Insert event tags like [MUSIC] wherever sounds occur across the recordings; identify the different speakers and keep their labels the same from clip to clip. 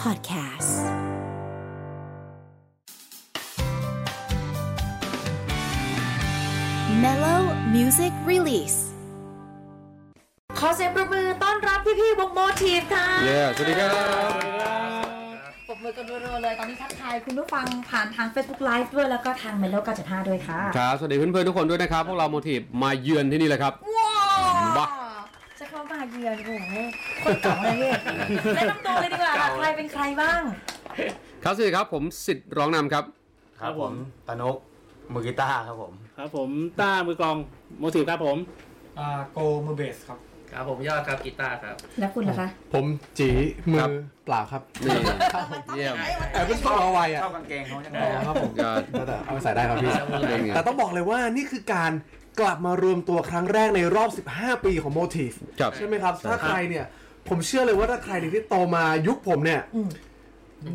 Speaker 1: Podcast Mellow Music Release
Speaker 2: ขอเสียงปรบมือต้อนรับพี่ๆวงโมทีฟค่ะ
Speaker 3: เย้ สวัสดีครับ
Speaker 2: ปรบมือกันรัวๆเลย ตอนนี้ทักทายคุณผู้ฟังผ่านทาง Facebook Live ด้วย แล้วก็ทาง m e l o 95 ด้วยค่ะ
Speaker 3: ครับ สวัสดีเพื่อนๆทุกคนด้วยนะครับ พวกเราโมทีฟมาเยือนที่นี่แหละครับ
Speaker 2: ว้า
Speaker 3: ว้า
Speaker 2: วจะเข้ามาเยือนโอ้โหคนเก่าเลย [LAUGHS] พี่แนะนำตัวเลยดีกว่าค่ะใครเป็นใครบ้าง
Speaker 3: ครับสวัสดีครับ ผมสิทธิ์ร้องนำครับ
Speaker 4: ครับผม
Speaker 5: ตานกมือกีตาร์ครับผม
Speaker 4: ครับผมต้ามือกลองโมทีฟครับผม
Speaker 6: อ่าโกมือเบสครับ
Speaker 7: ครับผมยอดครับกีตาร์ครับ
Speaker 2: แล้วคุณล่ะคะ
Speaker 8: ผมจีมื
Speaker 3: ครั
Speaker 8: อบ เปล่าครับ
Speaker 3: นี่ [LAUGHS] เยี่ยม
Speaker 8: แอบเป็นชอบเอาไว้อะ
Speaker 5: เข้ากางเกงเขาจังเล
Speaker 8: อ๋
Speaker 5: ย
Speaker 8: อครับผม
Speaker 3: ยอด
Speaker 8: แต่เอาไปใส่ได้ครับพี่
Speaker 3: เป็นไง
Speaker 8: แต่ต้องบอกเลยว่านี่คือการกลับมารวมตัวครั้งแรกในรอบ 15 ปีของ Motif
Speaker 3: ครับ
Speaker 8: ใช่ไหมครับ ถ้าใครเนี่ย ผมเชื่อเลยว่าถ้าใครที่โตมายุคผมเนี่ย
Speaker 2: อืม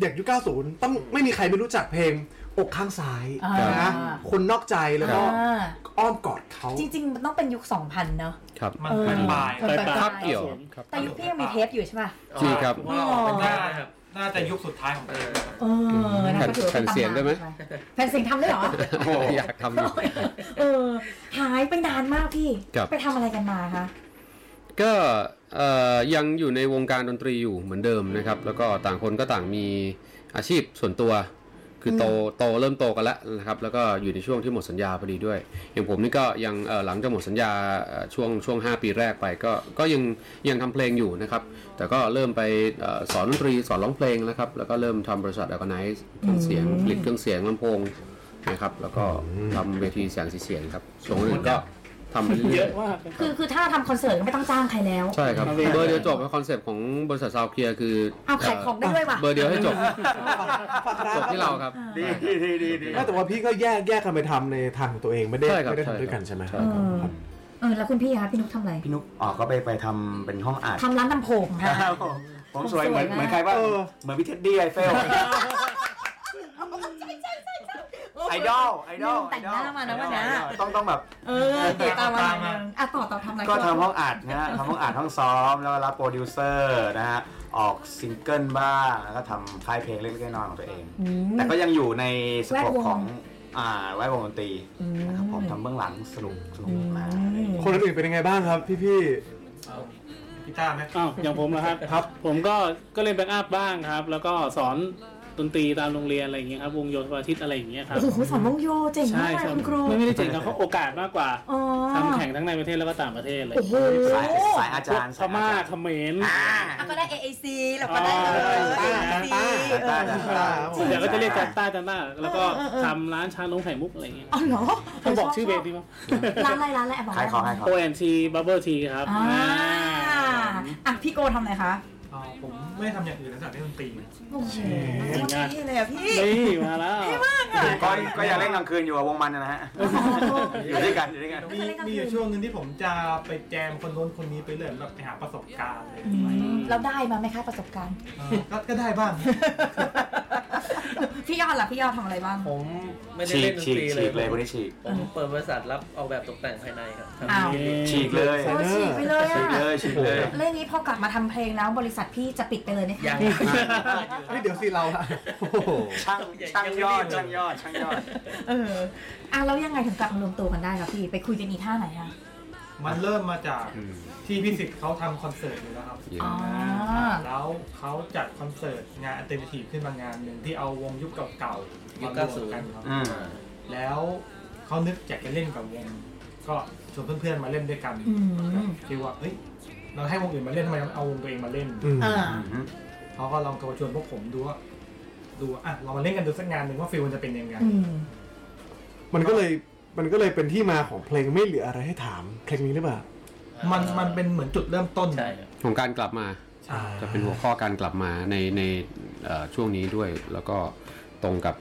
Speaker 8: เด็กยุค 90 ต้องไม่มีใครไม่รู้จักเพลงอกข้างซ้าย
Speaker 2: อ่าน
Speaker 8: นะคนนอกใจแล้วก็
Speaker 2: อ่า
Speaker 8: อ้อมกอดเขา
Speaker 2: จริง ๆ มันต้องเป็นยุค 2000 เนอะ
Speaker 3: ครับ
Speaker 6: มัน
Speaker 2: เออ
Speaker 6: มันปลาย
Speaker 2: มันปลาย
Speaker 4: ปลาย
Speaker 3: ภาพเกี่ยวครับ
Speaker 2: แต่ยุคพี่ยังมีเทปอยู่ใช่ป่ะ
Speaker 3: จริงครับ
Speaker 7: พวกเราออกเป็นได้
Speaker 6: น่า
Speaker 7: ครับ
Speaker 6: น่าจะยุคสุดท้ายของเพลงนะครับ
Speaker 2: เออนะ
Speaker 3: แผ่น
Speaker 2: ก็ถือว่าเป็น
Speaker 3: แผ่นเสียงได้ไหม
Speaker 2: ตำนานแผ่นเสียงทำได้เหรอ
Speaker 3: โอ้ [LAUGHS] อยากทำอยู่
Speaker 2: เออ หายไปนานมากพี่
Speaker 3: ครับ
Speaker 2: ไปทำอะไรกันมาคะ
Speaker 3: ก็เอ่อยังอยู่ในวงการดนตรีอยู่เหมือนเดิมนะครับ แล้วก็ต่างคนก็ต่างมีอาชีพส่วนตัว คือโตโตเริ่มโตกันแล้วนะครับ แล้วก็อยู่ในช่วงที่หมดสัญญาพอดีด้วย อย่างผมนี่ก็ยังเอ่อหลังจากหมดสัญญาเอ่อช่วงช่วง 5 ปีแรกไปก็ก็ยังยังทำเพลงอยู่นะครับ แต่ก็เริ่มไปเอ่อสอนดนตรีสอนร้องเพลงนะครับ แล้วก็เริ่มทำบริษัทอ r g a n i z e เครื่องเสียงผลิตเครื่องเสียงลำโพงนะครับ แล้วก็ทำเวทีแสยงสีเสียงครับส่วนอื่นก็ทำไป
Speaker 4: เย
Speaker 3: เรื่อย
Speaker 4: อะ
Speaker 3: ๆ
Speaker 4: มาก
Speaker 2: คือคือถ้าทำคอนเสิร์ตก็ไม่ต้องจ้างใครแล้ว
Speaker 3: ใช่ครับ
Speaker 4: ครับ
Speaker 3: เบอร์เดียวจบคอนเซปต์ของบริษัทซาวเคลียร์คือ
Speaker 2: เอาขายของได้ด้วยว่ะ
Speaker 3: เบอร์เดียวให้จบ
Speaker 8: ฝากร้น
Speaker 3: จบที่เราครับ
Speaker 5: ดีดีดีดีดี
Speaker 8: ไม่แต่ว่าพี่ก็แยกแยกกันไปทำในทางของตัวเองไม่ได้
Speaker 3: ใช่ครับ
Speaker 8: ไม่ได้
Speaker 3: ใช่
Speaker 8: ทำด้วยกัน
Speaker 3: ครับ
Speaker 8: ใช่ไหม
Speaker 3: ใช่
Speaker 2: เออเออแล้วคุณพี่คะพี่นุ๊กทำอะไร
Speaker 5: พี่นุ๊กอ๋อก็ไปไปทำเป็นห้องอัด
Speaker 2: ทำร้านลำโพงค่ะ
Speaker 5: ครับผมผมสวยเหมือน
Speaker 2: ผมสวยนะ
Speaker 5: เหมือนใครว่า
Speaker 8: เออ
Speaker 5: เหมือนพี่เท็ดดี้ไอเฟลไอดอลไอดอล
Speaker 2: แต่งหน้ามานะวันเนี้ย
Speaker 5: ต้องต้องแบบ
Speaker 2: เออเดี๋ยวตามมาหน่อยนึงอ่ะต่อต่อทำอะไร
Speaker 5: ก็ทำห้องอัดนะฮะทำห้องอัดห้องซ้อมแล้วก็รับโปรดิวเซอร์นะฮะออกซิงเกิลบ้างแล้วก็ทำค่ายเพลงเล็กๆน้อยๆของตัวเอง
Speaker 2: อืม
Speaker 5: แต่ก็ยังอยู่ในสโคป
Speaker 2: แวดวง
Speaker 5: ของอ่าแวดวงดนตรี
Speaker 2: อืม
Speaker 5: นะครับผมทำเบื้องหลังสนุกสนุกมากอะไรอย่างเงี้ย
Speaker 8: คนอื่นๆเป็นยังไงบ้างครับพี่
Speaker 6: กีตาร์ไหม
Speaker 4: อ้าวอย่างผมนะครับ ครับ ผมก็ก็เล่นแบ็กอัพบ้างครับ แล้วก็สอนดนตรีตามโรงเรียนอะไรอย่างเงี้ยครับ วงโยธวาทิตอะไรอย่างเงี้ยครับ
Speaker 2: โอ้โหสอนมงโยเจ๋งมา
Speaker 4: ใช่
Speaker 2: กเลย
Speaker 4: สอน
Speaker 2: คุณครู
Speaker 4: ไม่ไม่ได้เจ๋งครับเขาโอกาสมากกว่า
Speaker 2: อ๋อ
Speaker 4: ทำแข่งทั้งในประเทศแล้วก็ต่างประเทศเลย
Speaker 2: โอ้โห
Speaker 5: สายสายอาจารย์
Speaker 4: พม่าเขมร
Speaker 2: อ่ะก็ได้ AAC เราก็ได้เลย
Speaker 4: อ่า
Speaker 2: AAC
Speaker 5: อาจารย์อาจารย์
Speaker 4: ส่วนใหญ่ก็จะเรียกจันต้าจันต้าแล้วก็ทำร้านชานมไข่มุกอะไรอย่างเงี้ย
Speaker 2: อ๋อเหรอ
Speaker 4: ต้องบอกชื่อเบรกดีมั้ย
Speaker 2: ร้านอะไรร้านอะไระบอก
Speaker 5: ขายของขายของ
Speaker 4: O N T Bubble Tea ครับ
Speaker 2: อ่า
Speaker 4: อ่า
Speaker 2: อ่ะพี่โกทำอะไรคะ
Speaker 6: อ๋อผมไม่ทำอย่างอื่นนอกจากเล่นดนตรี
Speaker 2: โอ้โหนี่เลยอ่ะพี่
Speaker 4: นี่มาแล้ว
Speaker 5: ก็ก็ยังเล่นกลางคืนอยู่กับวงมันนะฮะ อยู่ด้วยกันอยู่ด้วยกัน
Speaker 6: มีมีอยู่ช่วงหนึงที่ผมจะไปแจมคนโน้นคนนี้ไปเรื่อยแบบไปหาประสบการณ์อะไรอย่างเลย
Speaker 2: เราได้มาไหมคะประสบการณ์
Speaker 6: เออก็ก็ได้บ้าง
Speaker 2: พี่ยอดล่ะพี่ยอดทำอะไรบ้าง
Speaker 7: ผมไม่ได้
Speaker 5: ฉี
Speaker 7: เล่
Speaker 5: กฉีกฉี
Speaker 7: นดนตรีเลย
Speaker 5: กเลยคนนี้ฉีก
Speaker 7: ผมเปิดบริษัทรับออกแบบตกแต่งภายในครับทำ
Speaker 2: อ้าว
Speaker 5: ฉีกเลย
Speaker 2: โอ้ยฉีกไปเลย
Speaker 5: ฉีกเล
Speaker 2: อ่ะ
Speaker 5: ยฉีกเลย
Speaker 2: เรื่องนี้พอกลับมาทำเพลงแล้วบริษัทพี่จะปิดไปเลยนะคะ
Speaker 7: ยัง
Speaker 8: ๆเฮ้ยเดี๋ยวสิเราอะโอ้โห
Speaker 5: ช่างช่างยอดช่างยอดช่างยอด
Speaker 2: เอออ่ะแล้วยังไงถึงกลับมารวมตัวกันได้คะพี่ ไปคุยกันอีท่าไหนคะ
Speaker 6: มันเริ่มมาจากที่พี่สิทธิ์เขาทำคอนเสิร์ตอยู่แล้วครับ
Speaker 2: อ๋อ
Speaker 6: แล้วเขาจัดคอนเสิร์ตงานอัลเทอร์เนทีฟขึ้นมางานหนึ่งที่เอาวงยุคเก่าๆมารวมกันครับ
Speaker 5: อืม
Speaker 6: แล้วเขานึกอยากจะเล่นกับวง ก็ชวนเพื่อนๆมาเล่นด้วยกัน
Speaker 2: อืม
Speaker 6: แบบคิดว่าเฮ้ยเราให้วงอื่นมาเล่นทำไมเอาวงตัวเองมาเล่น
Speaker 8: อืม
Speaker 2: อ่า
Speaker 6: เขาก็ลองกระชวนพวกผมดูว่าดูว่าอ่ะเรามาเล่นกันดูสักงานหนึ่งว่าฟิลมันจะเป็นยังไง
Speaker 2: อืม
Speaker 8: มันก็เลยมันก็เลยเป็นที่มาของเพลงไม่เหลืออะไรให้ถามเพลงนี้หรือเปล่า
Speaker 6: มันมันเป็นเหมือนจุดเริ่มต้น
Speaker 7: ใช่ครับ
Speaker 3: ของการกลับมา
Speaker 6: อ่า
Speaker 3: จะเป็นหัวข้อการกลับมาในในเอ่อช่วงนี้ด้วย แล้วก็ตรงกับ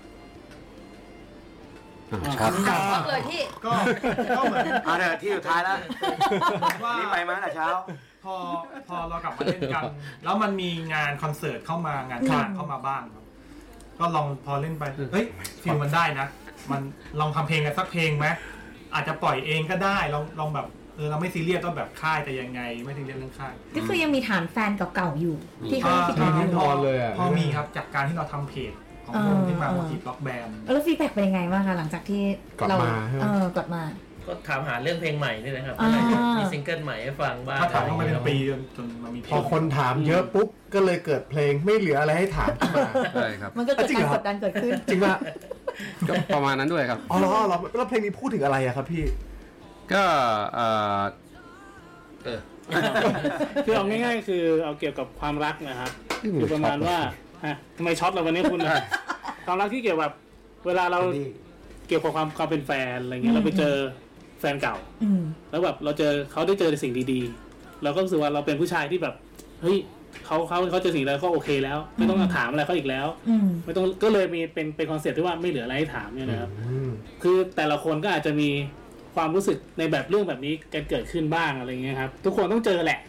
Speaker 3: อ่าช็อต
Speaker 2: เลยพี่
Speaker 6: ก็ก็เหมือน
Speaker 5: เอาเถอะที่สุดท้ายแล้ว
Speaker 6: ว่า
Speaker 5: นี่ไปมาตั้งแต่เช้า
Speaker 6: พอพอเรากลับมาเล่นกัน แล้วมันมีงานคอนเสิร์ตเข้ามางานคานเข้ามาบ้างครับ ก็ลองพอเล่นไปเฮ้ยฟิลมันได้นะ มันลองทำเพลงกันสักเพลงไหมอาจจะปล่อยเองก็ได้ลองลองแบบ ออเราไม่ซีเรียสว่าแบบค่ายแต่ยังไงไม่ซีเรียสเรื่องค่าย
Speaker 2: ก็คือยังมีฐานแฟนเก่าๆอยู่ ที่เขา
Speaker 6: อ่า
Speaker 2: ติด
Speaker 8: มี
Speaker 2: ตาม
Speaker 8: แน่นอนเลยอ่ะ
Speaker 6: พอมีครับจากการที่เราทำเพจของวงขึ้นมาโมจิบล็อกแบน
Speaker 2: แล้วฟีดแบ็กเป็นยังไงบ้างคะหลังจากที่
Speaker 8: กลับ
Speaker 2: เรา
Speaker 8: มาใช่ไหม
Speaker 2: เออกลับมา
Speaker 7: ก็ถามหาเรื่องเพลงใหม่นี่นะครับ
Speaker 2: อ่า
Speaker 7: มีซิงเกิลใหม่ให้ฟังบ้าง
Speaker 6: ถ้าถามว่ามันเป็นปีจนจนมันมีเพ
Speaker 8: พ
Speaker 6: ล
Speaker 8: อง คนถามเยอะปุ๊บก็เลยเกิดเพลงไม่เหลืออะไรให้ถามขึ้นมา [LAUGHS]
Speaker 3: ใช่ครับ
Speaker 2: มันก็เกิด
Speaker 8: จริง
Speaker 2: กา
Speaker 8: เหร
Speaker 2: ร
Speaker 8: อ
Speaker 2: กดดันเกิดขึ้น
Speaker 8: จริงปะ
Speaker 3: ก็ประมาณนั้นด้วยครับ
Speaker 8: อ๋อเหรอเหรอแล้วเพลงนี้พูดถึงอะไรอะครับพี่
Speaker 3: ก็เอ่อ
Speaker 4: คือเอาง่ายๆ คือเอาเกี่ยวกับความรักนะครับคือประมาณว่าอ่ะทำไมช็อตเราวันนี้คุณอ่ะความรักที่เกี่ยวกับเวลาเรา
Speaker 5: ดี
Speaker 4: เกี่ยวกับความความเป็นแฟนอะไรเงี้ยเราไปเจอแฟนเก่า
Speaker 2: อืม
Speaker 4: แล้วแบบเราเจอเขาได้เจอในสิ่งดีๆ เราก็รู้สึกว่าเราเป็นผู้ชายที่แบบเฮ้ยเขาเขาเขาเจอสิ่งแล้วก็โอเคแล้ว ไม่ต้องถามอะไรเขาอีกแล้ว
Speaker 2: อืม
Speaker 4: ไม่ต้องก็เลยมีเป็นเป็นคอนเซ็ปต์ที่ว่าไม่เหลืออะไรให้ถามเนี่ยนะครับ
Speaker 8: อืม
Speaker 4: คือแต่ละคนก็อาจจะมีความรู้สึกในแบบเรื่องแบบนี้กันเกิดขึ้นบ้างอะไรเงี้ยครับทุกคนต้องเจอแหละ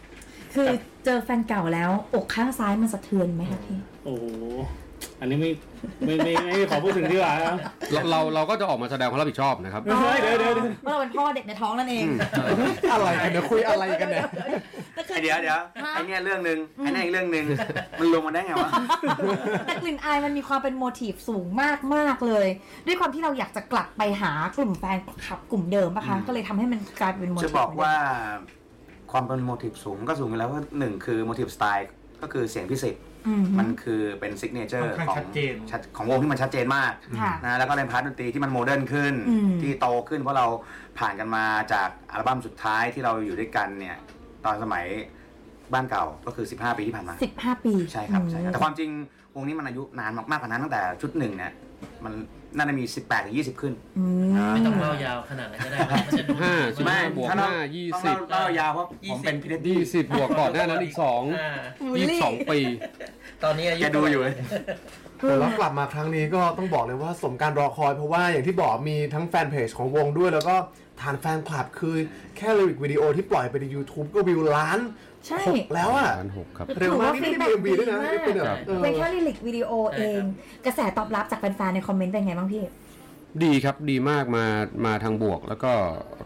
Speaker 2: คือเจอแฟนเก่าแล้วอกข้างซ้ายมันสะเทือนไหมคะพี่
Speaker 4: โอ้โห อันนี้ไม่ไม่ไม่ไม่ไม่ขอพูดถึงดีกว่าครับ
Speaker 3: เราเราเราก็จะออกมาแสดงความรับผิดชอบนะครับ
Speaker 4: เดี๋ยวเดี๋ยวเดี๋ยว
Speaker 2: ว่าเราเป็นพ่อเด็กในท้องนั่นเอง
Speaker 8: อะไรกันเนี่ยคุยอะไรกันเนี่ย
Speaker 2: แต่คือ
Speaker 5: ไอเดียวเดี๋ยวไอเนี่ยเรื่องหนึ่งไอเนี่ยอีกเรื่อง
Speaker 2: [LAUGHS]
Speaker 5: หนึ่งมันลงมาได้ไงวะ
Speaker 2: แต่กลิ่นอายมันมีความเป็นโมทีฟสูงมากมากๆเลย ด้วยความที่เราอยากจะกลับไปหากลุ่มแฟนคลับกลุ่มเดิมปะคะ ก็เลยทำให้มันกลายเป็นโมทีฟ
Speaker 5: จะบอกว่าความเป็นโมทีฟสูงก็สูงอยู่แล้วก็หนึ่งคือโมทีฟสไตล์ก็คือเสียงพิเศษ
Speaker 2: อืม
Speaker 5: มันคือเป็นซิกเนเจอร์
Speaker 6: ค่อน
Speaker 5: ของ
Speaker 6: ข้างชัดเจน
Speaker 5: ชัดของวงที่มันชัดเจนมาก
Speaker 2: ค่ะ
Speaker 5: นะแล้วก็ในพาร์ทดนตรีที่มันโมเดิร์นขึ้น
Speaker 2: อืม
Speaker 5: ที่โตขึ้นเพราะเราผ่านกันมาจากอัลบั้มสุดท้ายที่เราอยู่ด้วยกันเนี่ย ตอนสมัยบ้านเก่าก็คือ 15 ปีที่ผ่านมา
Speaker 2: สิบห้าปี
Speaker 5: ใช่ครับใช่ครับ
Speaker 2: อืม
Speaker 5: แต่ความจริงวงนี้มันอายุนานมากๆกว่านั้นตั้งแต่ชุดหนึ่งเนี่ยมันน่าจะมี 18ถึง20 ขึ้น
Speaker 7: ไม่ต้องเล่ายาวขนาดนั้นก็ได้ครับมันจะดู
Speaker 3: ห้าสิบ
Speaker 5: ไม่
Speaker 3: บวก
Speaker 5: ถ้าเรา
Speaker 3: ห้ายี่สิบ
Speaker 5: ต้องเล่าเล่ายาวเพราะผมเป็นพิเรนตี้
Speaker 3: ยี่สิบบวกก่อนหน้านั้นอีกสอง
Speaker 7: า
Speaker 3: ยี่สิบสองปี
Speaker 7: ตอนนี้อายุ
Speaker 5: แกดูอยู่เลย
Speaker 8: แต่แล้วกลับมาครั้งนี้ก็ต้องบอกเลยว่าสมการรอคอยเพราะว่าอย่างที่บอกมีทั้งแฟนเพจของวงด้วย แล้วก็ฐานแฟนคลับคือแค่ลิริกวิดีโอที่ปล่อยไปใน YouTube ก็วิวล้าน
Speaker 2: ใช่
Speaker 8: หกแล้วอ่ะ
Speaker 3: ล้านหกครับ
Speaker 8: เร็วมากนี่ไม่ได้มี MV ด้วยนะ
Speaker 2: ถือว่า
Speaker 8: นี่เป็นแบบเออ
Speaker 2: เป็นแค่ลิลิกวิดีโอเอง กระแสตอบรับจากแฟนๆในคอมเมนต์เป็นไงบ้างพี่
Speaker 3: ดีครับดีมากมามาทางบวก แล้วก็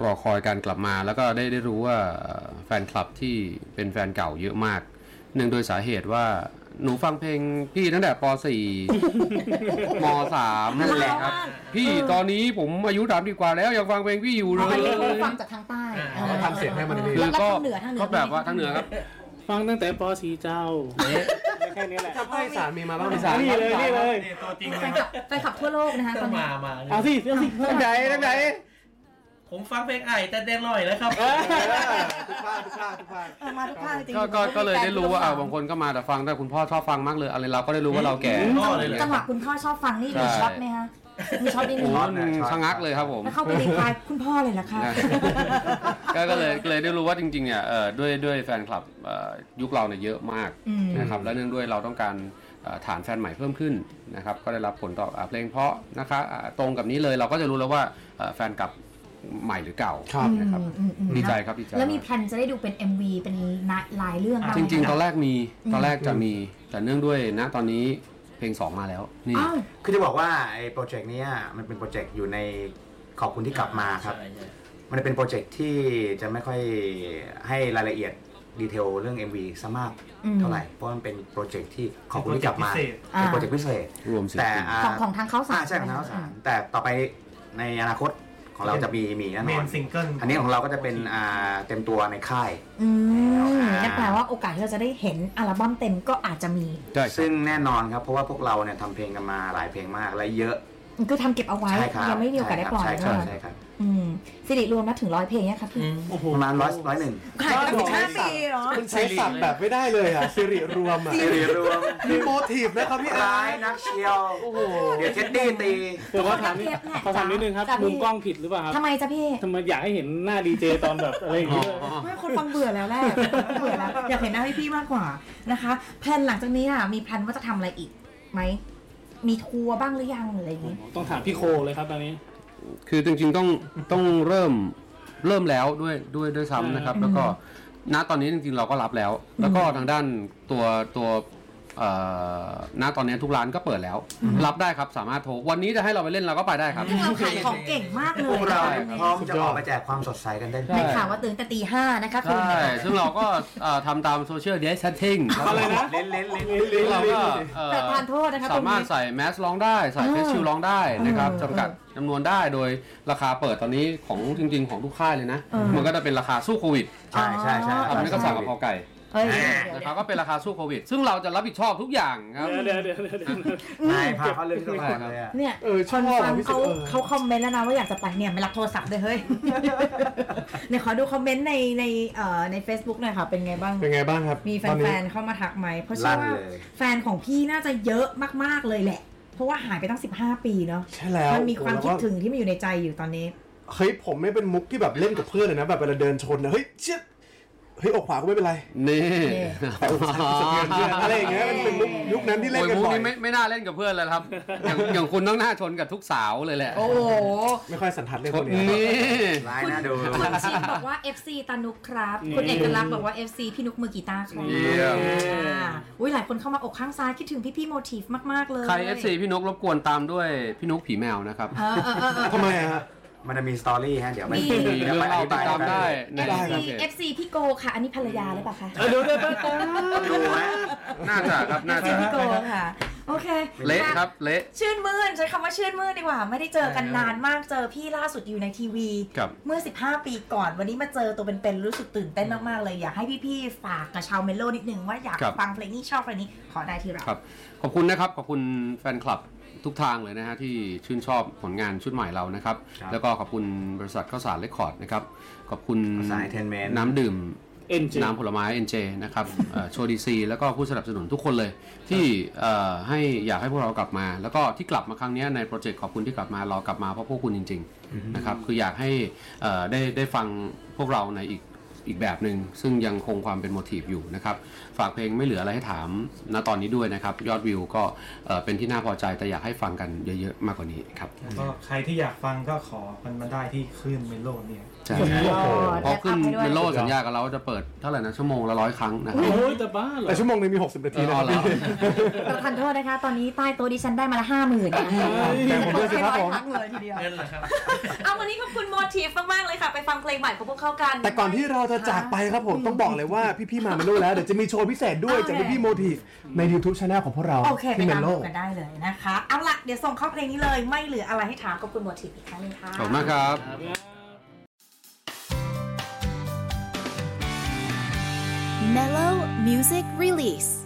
Speaker 3: รอคอยการกลับมา แล้วก็ได้ได้รู้ว่าเอ่อแฟนคลับที่เป็นแฟนเก่าเยอะมากหนึ่งโดยสาเหตุว่าหนูฟังเพลงพี่ตั้งแต่ [LAUGHS] ป .4 ม .3
Speaker 5: นั่นแหละครับ
Speaker 3: พี่ตอนนี้ผมอายุสามดีกว่าแล้วยังฟังเพลงพี่อยู่เล
Speaker 2: เอา
Speaker 3: ย
Speaker 2: ไปเรียนรู้ฟังจากทางใต้อ่า
Speaker 8: แล้วทำเสียงให้มันดี
Speaker 3: คือก็
Speaker 2: แล้วทางเหนือทางเหนือ
Speaker 3: ก็แบบว่าทางเหนือครับ
Speaker 4: ฟังตั้งแต่ปอสีเจ้าไม่แค่นี้แหละ
Speaker 8: ถ้าภาคอีสานมีมาบ้างไหม
Speaker 4: นี่เลยนี่เลย
Speaker 6: เนี่ยตัวจริง
Speaker 2: แฟ
Speaker 6: เลย
Speaker 2: นคลับแฟนคลับทั่วโลกนะคะต
Speaker 7: ต้
Speaker 2: อ
Speaker 7: อนง
Speaker 2: นี้
Speaker 7: มามา
Speaker 4: เอาสิเอาสิ
Speaker 2: ตั้งใจ
Speaker 4: ตั้งใจ
Speaker 7: ผมฟังเพลงไอ้แต่แดงหน่อยนะครับ
Speaker 8: ทุกภาคทุกภาคทุกภาค
Speaker 2: เออมาทุกภาคจริง
Speaker 3: ก็
Speaker 2: ๆ
Speaker 3: ก็ก็เลยได้รู้ว่าอ่าบาง
Speaker 2: ค
Speaker 3: คนก็มาแต่ฟังแต่คุณพ่อชอบฟังมากเลยอะไรเราก็ได้รู้ว่าเราแก่
Speaker 7: พ่อเลยเหรอ
Speaker 2: จังหวะคุณพ่อชอบฟังนี่มีช็อตไหมคะมีช็อตนิดนึง
Speaker 5: ช็
Speaker 3: ร้
Speaker 5: อ
Speaker 3: อ
Speaker 5: ต
Speaker 3: นชะงักเลยครับผม
Speaker 2: แล้วเข้าไปในคลายคุณพ่อเลยนะคะ [LAUGHS]
Speaker 3: ก็ก็เลยก็เลยได้รู้ว่าจริงๆเนี่ยเอ่อด้วยด้วยแฟนคลับเอ่อยุคเราเนี่ยเยอะมาก
Speaker 2: อืม
Speaker 3: นะครับและเนื่องด้วยเราต้องการเอ่อฐานแฟนใหม่เพิ่มขึ้นนะครับก็ได้รับผลตอบอ่าเพลงเพราะนะคะอ่าตรงกับนี้เลยเราก็จะรู้แล้วว่าเอ่อแฟนกับใหม่หรือเก่า
Speaker 8: ครับ
Speaker 3: นะครับ
Speaker 2: อืมอืมอืม
Speaker 3: ดีใจครับดีใจ
Speaker 2: แล้วมีแพลนจะได้ดูเป็น MV เป็นหลายเรื่องบ้า
Speaker 3: จ
Speaker 2: ไหม
Speaker 3: ริงๆ ตอนแรกมีตอนแรกจะ
Speaker 8: อืม
Speaker 3: มี แต่เนื่องด้วยนะตอนนี้เพลง 2 มาแล้วนี่
Speaker 2: อ้าว
Speaker 5: คือจะบอกว่าไอ้โปรเจกต์เนี้ยมันเป็นโปรเจกต์อยู่ในขอบคุณที่กลับมาครับ
Speaker 7: ใช่ใช่
Speaker 5: มันเป็นโปรเจกต์ที่จะไม่ค่อยให้รายละเอียดดีเทลเรื่อง MV ซะมาก
Speaker 2: อืม
Speaker 5: เท่าไหร่ เพราะมันเป็นโปรเจกต์ที่ขอบคุณที่กลับมา
Speaker 2: อ่า
Speaker 5: เป็นโปรเจกต์พิเศษ
Speaker 3: รวมศิล
Speaker 5: แต่
Speaker 3: ปิน
Speaker 5: า
Speaker 2: ของของทางเขาสา
Speaker 5: อ่าม ใช่ของทางเขาสามแต่ต่อไปในอนาคตของเราจะมีมีแน่น
Speaker 6: เม
Speaker 5: อน
Speaker 6: นซิงเกิล
Speaker 5: อันนี้ของเราก็จะเป็นอ่าเต็มตัวในค่าย
Speaker 2: อืม
Speaker 5: แล้วอ่า
Speaker 2: นั่นแปลว่าโอกาสที่เราจะได้เห็นอัลบั้มเต็มก็อาจจะมี
Speaker 3: ใช่ครับ
Speaker 5: ซึ่งแน่นอนครับ เพราะว่าพวกเราเนี่ยทำเพลงกันมาหลายเพลงมากและเยอะ
Speaker 2: คือทำเก็บเอาไว้
Speaker 5: ใช่ครับ
Speaker 2: ยังไม่มีโอกาสได้ปล่อย
Speaker 5: ใช่ค
Speaker 2: ใช่
Speaker 5: รับ
Speaker 2: ไหม
Speaker 5: ใช่ครับ
Speaker 2: อืมสิริรวมนับถึงร้อยเพลงเนี่ยค่ะพี่
Speaker 4: โอ้โห
Speaker 5: ประมาณร้อยร้อยหนึ่ง
Speaker 2: ขายมาสิบห้าปีเหรอ
Speaker 8: มันใช้ศัพท์แบบไม่ได้เลยอ่ะสิริรวมอ่ะ
Speaker 5: สิริรวม
Speaker 8: มีโมทีฟนะครับพี่อา
Speaker 5: ร้าย ยนักเชียว
Speaker 8: โอ้โห
Speaker 5: เดี๋ยวเท็ดดี้ตี
Speaker 4: ผมขอถามนิด
Speaker 2: เทียบแหละ
Speaker 4: ขอถามนิดนึงครับ
Speaker 2: จ้ะพี่
Speaker 4: มุมกล้องผิดหรือเปล่าครับ
Speaker 2: ทำไมจ๊ะพี่
Speaker 4: ทำไมอยากให้เห็นหน้าดีเจตอนแบบอะไรอย่างเงี้ย
Speaker 2: ไม่คนฟังเบื่อแล้วแหละเบื่อแล้ว อยากเห็นหน้าพี่ๆมากกว่านะคะ แพลนหลังจากนี้อ่ะ มีแพลนว่าจะทำอะไรอีกไหม มีทัวร์บ้างหรือยังอะไรอย่างงี้
Speaker 4: ต้องถามพี่โคเลยครับตอนนี้
Speaker 3: คือจริงๆต้องต้องเริ่มเริ่มแล้วด้วยด้วยด้วยซ้ำนะครับ แล้วก็ณตอนนี้จริงๆเราก็รับแล้ว แล้วก็ทางด้านตัวตัว เอ่อณตอนนี้ทุกร้านก็เปิดแล้ว รับได้ครับสามารถโทรวันนี้จะให้เราไปเล่นเราก็ไปได้ครับ
Speaker 2: ซึ่งเราขายของเก่งมากเลย
Speaker 5: พวกเราพร้อมจะ
Speaker 4: สุดย
Speaker 5: อ
Speaker 4: อ
Speaker 5: อ
Speaker 4: ด
Speaker 5: กมาแจกความสดใสกันได้
Speaker 3: ใช่
Speaker 2: ได้ข่าวว่าตื่นแต่ตีห้านะคะคุณ
Speaker 3: ใช่ ซึ่งเราก็เอ่อทำตามโซเชียลเดสแชทติ้ง
Speaker 4: อะไรนะ
Speaker 5: เล่นเล่นเล่น
Speaker 3: ซึ่งเราก็เอ่อ
Speaker 2: แต่ทานโทษนะคะ
Speaker 3: สามาร
Speaker 2: ต
Speaker 3: ถ
Speaker 2: งนี้
Speaker 3: ใส่แมสร้องได้ ใส่
Speaker 2: อ่า
Speaker 3: เฟสชิลร้องได้นะครับ
Speaker 2: เออ
Speaker 3: จำกัดจำนวนได้โดยราคาเปิดตอนนี้ของจริง ๆ ของทุกค่ายเลยนะ
Speaker 2: เออ
Speaker 3: มันก็จะเป็นราคาสู้โควิด
Speaker 5: ใช่ใช่ใช่
Speaker 3: อันนี้นก็สั่งกับพอไก่
Speaker 2: เอ้ยเดี๋ยวเดี๋ยว
Speaker 3: นะครับก็เป็นราคาสู้โควิด ซึ่งเราจะรับผิดชอบทุกอย่างครับ
Speaker 4: เดี๋ยวเดี๋ยวเดี๋ยวเดี๋ยวเดี๋ยว
Speaker 5: นายพาเขาเล่นตลอดเลยอะ
Speaker 2: เนี่ย
Speaker 8: เออชอบ
Speaker 2: คนฟัง
Speaker 8: อ่ะพี่
Speaker 2: เขา
Speaker 8: เออ
Speaker 2: เขาคอมเมนต์แล้วนะว่าอยากจะไปเนี่ยไม่รับโทรศัพท์เลยเฮ้ยเนี่ยขอดูคอมเมนต์ในในเอ่อใน Facebook หน่อยค่ะ เป็นไงบ้าง
Speaker 8: เป็นไงบ้างครับ
Speaker 2: มี
Speaker 8: ตอน
Speaker 2: แฟ
Speaker 8: นี้
Speaker 2: นๆเข้ามาทักไหมเพราะเชื่อว่า
Speaker 5: ลั่นเลย
Speaker 2: แฟนของพี่น่าจะเยอะมากๆเลยแหละ เพราะว่าหายไปตั้ง 15 ปีเนาะ
Speaker 8: ใช่แล้ว
Speaker 2: มันมีความ
Speaker 8: โอ้
Speaker 2: คิด
Speaker 8: แล้วก็
Speaker 2: ถึงที่มันอยู่ในใจอยู่ตอนนี้
Speaker 8: เฮ้ยผมไม่เป็นมุกที่แบบเล่นกับเพื่อนเลยนะแบบเวลาเดินชนนะเฮ้ยเชี่ยเฮ้ยอกขวาก็ไม่เป็นไร
Speaker 3: นี่
Speaker 8: แต่อกซ้ายสะเทือนเพื่อนอะไรอย่างเงี้ยมันเป็นมุกยุคนั้นที่เล่น
Speaker 3: โอ้ย
Speaker 8: กัน
Speaker 3: มุก
Speaker 8: บ่อย
Speaker 3: นี้ไม่ไม่น่าเล่นกับเพื่อนเลยครับ อย่างอย่างคุณต้องหน้าชนกับทุกสาวเลยแหละ
Speaker 2: โอ้โห
Speaker 8: ไม่ค่อยสันทัดเรื่อง
Speaker 3: ช
Speaker 8: พวนกนี้
Speaker 3: นี่
Speaker 5: ร้ายน่าดู
Speaker 2: คุณชินบอกว่า FC ตานุกครับ
Speaker 4: นี่
Speaker 2: คุณเอกลักษณ์บอกว่า FC พี่นุกมือกีตาร์ของ
Speaker 4: เยี่ยม
Speaker 2: อุ้ยหลายคนเข้ามาอกข้างซ้ายคิดถึงพี่พี่ๆโมทีฟมาก ๆ เลย
Speaker 3: ใคร FC พี่นกรบกวนตามด้วยพี่นกผีแมวนะครับ
Speaker 2: เออเออเออเออ
Speaker 8: ทำไมอะฮะ
Speaker 5: มันจะมีสตอรี่ฮะ เดี๋ยวไป
Speaker 2: มี
Speaker 3: มี
Speaker 5: ดี๋ยว
Speaker 3: เรื่อง
Speaker 5: ไป
Speaker 3: เล่าติดตามได้ใน
Speaker 2: FC
Speaker 3: เพจ
Speaker 2: FC พี่โกค่ะ อันนี้ภรรยาหรือเปล่าคะ
Speaker 4: เดี๋ยวเดี๋ยวเดี๋ยว
Speaker 5: ดูฮะ
Speaker 3: น่าจะครับน่า
Speaker 2: FC
Speaker 3: จะ
Speaker 2: พี่โกค่ะ โอเค
Speaker 3: เละครับเละ
Speaker 2: ชื่นมื่นใช้คำว่าชื่นมื่นดีกว่า ไม่ได้เจอกันนานมากเจอพี่ล่าสุดอยู่ในทีวี
Speaker 3: ครับ
Speaker 2: เมื่อ 15 ปีก่อน วันนี้มาเจอตัวเป็นๆรู้สึกตื่นเต้นมากๆเลยอยากให้พี่ๆฝากกับชาวเมโลนิดนึงว่าอยาก
Speaker 3: ครับ
Speaker 2: ฟังเพลงนี้ชอบเพลงนี้ขอได้ที่เรา
Speaker 3: ครับขอบคุณนะครับ ขอบคุณแฟนคลับทุกทางเลยนะฮะที่ชื่นชอบผลงานชุดใหม่เรานะครับ
Speaker 5: ครับ
Speaker 3: แล้วก็ขอบคุณบริษัทข้าวสารเรคคอร์ดนะครับ ขอบคุณ
Speaker 5: ข้าวสาร Entertainment
Speaker 3: น้ำดื่ม
Speaker 4: เอ็นจี
Speaker 3: น้ำผลไม้ NJ นะครับเอ่อโชว์ดีซีแล้วก็ผู้สนับสนุนทุกคนเลย ที่เอ่อให้อยากให้พวกเรากลับมา แล้วก็ที่กลับมาครั้งเนี้ยในโปรเจกต์ขอบคุณที่กลับมาเรากลับมาเพราะพวกคุณจริงๆนะครับคืออยากให้เอ่อได้ได้ฟังพวกเราในอีกอีกแบบหนึ่งซึ่งยังคงความเป็นโมทีฟอยู่นะครับฝากเพลงไม่เหลืออะไรให้ถามณตอนนี้ด้วยนะครับยอดวิวก็เอ่อเป็นที่น่าพอใจแต่อยากให้ฟังกันเยอะๆมากกว่านี้ครับ
Speaker 6: แล้วก็ใครที่อยากฟังก็ขอมันมาได้ที่คลื่นเมโลเนี่ย
Speaker 3: ใช่
Speaker 2: โอ้โห
Speaker 3: พอขึ้น
Speaker 2: แบ็คอัพให้ด้วย
Speaker 3: เมโลสัญญากับเราว่าจะเปิดเท่าไหร่นะชั่วโมงละร้อยครั้งนะครับ
Speaker 4: โอ้ยจะบ้าเหรอ
Speaker 8: แต่ชั่วโมงนึงมี 60 นาทีนะค
Speaker 3: เออ
Speaker 8: รับ
Speaker 3: เอาเหรอ
Speaker 2: ประทานโทษนะคะ ตอนนี้ใต้โต๊ะดิฉันได้มาละห้าหมื่น
Speaker 8: แต่งผมด้วยสิครับผม
Speaker 2: เลยทีเดียว
Speaker 7: เงินเหรอครับ
Speaker 2: เอาวันนี้ขอบคุณโมทีฟมาก ๆ เลยค่ะ ไปฟังเพลงใหม่ของพวกเขากัน
Speaker 8: แต่ก่อนที่เราจะจากไปครับผมต้องบอกเลยว่าพี่ๆมาเมโลแล้วเดี๋ยวจะมีโชว์พิเศษด้วย
Speaker 2: โอเค
Speaker 8: จากพี่ๆโมทีฟใน YouTube Channel ของพวกเรา
Speaker 2: โอเคไป
Speaker 8: ที่เม
Speaker 2: ตาม
Speaker 8: โล
Speaker 2: ดูกันได้เลยนะคะ เอาละเดี๋ยวส่งเข้าเพลงนี้เลยไม่เหลืออะไรให้ถามขอบคุณโมทีฟอีกครั้งหนึงค่ะ
Speaker 3: ขอบคุณมากครับ
Speaker 1: Mellow Music Release.